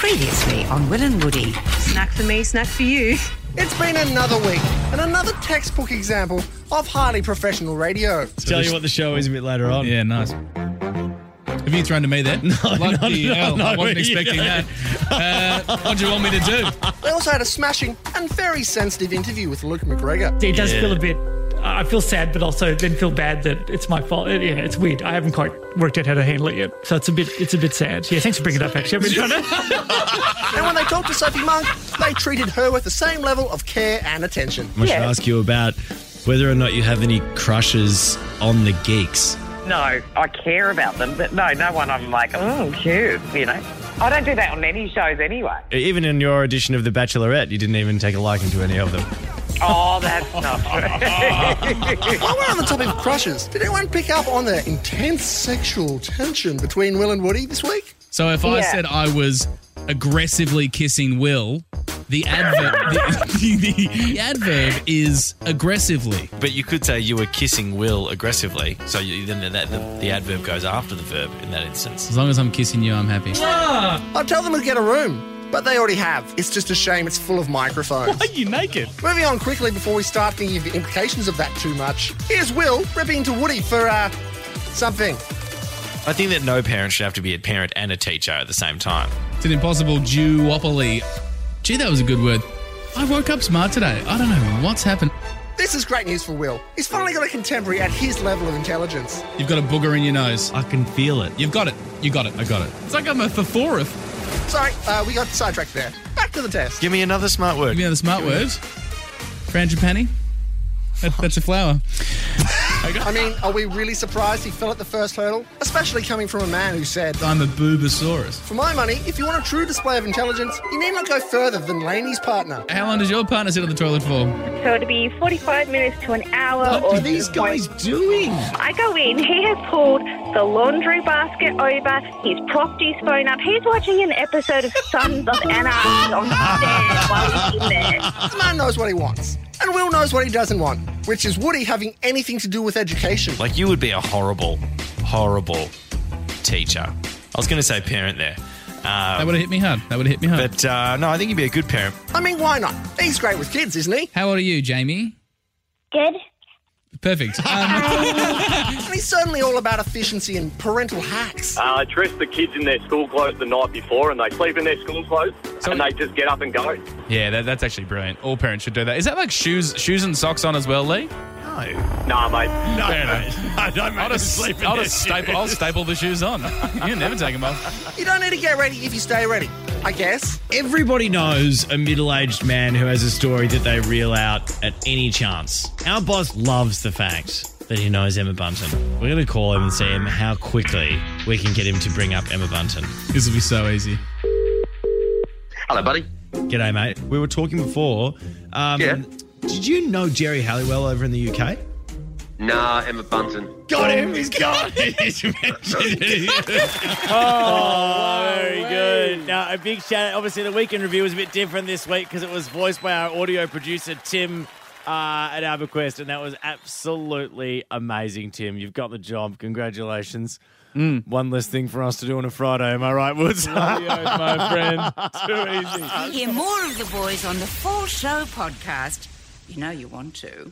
Previously on Will and Woody. Snack for me, snack for you. It's been another week and another textbook example of highly professional radio. Tell you what the show is a bit later on. Yeah, nice. Have you thrown to me there? No, Lucky no, hell, no, I wasn't yeah. expecting that. Uh, what do you want me to do? They also had a smashing and very sensitive interview with Luke McGregor. It does feel a bit. I feel sad, but also then feel bad that it's my fault. It- yeah, it's weird. I haven't quite worked out how to handle it yet, so it's a bit. It's a bit sad. Yeah, thanks for bringing it up. Actually, I've been trying to. And when they talked to Sophie Monk, they treated her with the same level of care and attention. I should ask you about whether or not you have any crushes on the geeks. No, I care about them, but no, no one I'm like, oh, cute, you know. I don't do that on any shows anyway. Even in your edition of The Bachelorette, you didn't even take a liking to any of them. Oh, that's not true. While we're on the topic of crushes, did anyone pick up on the intense sexual tension between Will and Woody this week? So if I Yeah. said I was aggressively kissing Will, the adverb, the, the, the adverb is aggressively. But you could say you were kissing Will aggressively, so you, then that, the, the adverb goes after the verb in that instance. As long as I'm kissing you, I'm happy. I'll tell them to get a room, but they already have. It's just a shame it's full of microphones. you naked? Moving on quickly before we start thinking of the implications of that too much, here's Will ripping to Woody for, uh, something. I think that no parent should have to be a parent and a teacher at the same time. It's an impossible duopoly. Gee, that was a good word. I woke up smart today. I don't know what's happened. This is great news for Will. He's finally got a contemporary at his level of intelligence. You've got a booger in your nose. I can feel it. You've got it. You got it. I got it. It's like I'm a thesaurus. Sorry, uh, we got sidetracked there. Back to the test. Give me another smart word. Give me another smart word. Frangipani. That, that's a flower. I mean, are we really surprised he fell at the first hurdle? Especially coming from a man who said, I'm a boobosaurus. For my money, if you want a true display of intelligence, you need not go further than Laney's partner. How long does your partner sit on the toilet for? So it'd be 45 minutes to an hour. or doing? I go in, he has pulled the laundry basket over, he's propped his phone up, he's watching an episode of Sons of Anarchy on the stand while he's in there. The man knows what he wants. And Will knows what he doesn't want, which is Woody having anything to do with education. Like you would be a horrible, horrible teacher. I was going to say parent there. That Um, would have hit me hard. That would have hit me hard. but uh, no, I think you'd be a good parent. I mean, why not? He's great with kids, isn't he? How old are you, Jamie? Good. Perfect. Um, And he's certainly all about efficiency and parental hacks. Uh, dress the kids in their school clothes the night before, and they sleep in their school clothes, So- and they just get up and go. yeah, that, that's actually brilliant. All parents should do that. Is that like shoes, shoes and socks on as well, Lee? Nah, mate. No, I don't I'll just, I'll just staple. I'll staple the shoes on. You never take them off. You don't need to get ready if you stay ready, I guess. Everybody knows a middle aged man who has a story that they reel out at any chance. Our boss loves the fact that he knows Emma Bunton. We're going to call him and see him how quickly we can get him to bring up Emma Bunton. This will be so easy. Hello, buddy. G'day, mate. We were talking before. Um, Yeah. Did you know Jerry Halliwell over in the UK? Nah, Emma Bunton. Got him. He's got him. He's mentioned it. Oh, Very good. Now, a big shout out. Obviously, the weekend review was a bit different this week because it was voiced by our audio producer, Tim. Uh, at our bequest, and that was absolutely amazing, Tim. You've got the job. Congratulations. One less thing for us to do on a Friday, am I right, Woods? my friend. Too easy. Hear more of the boys on the Full Show podcast. You know you want to.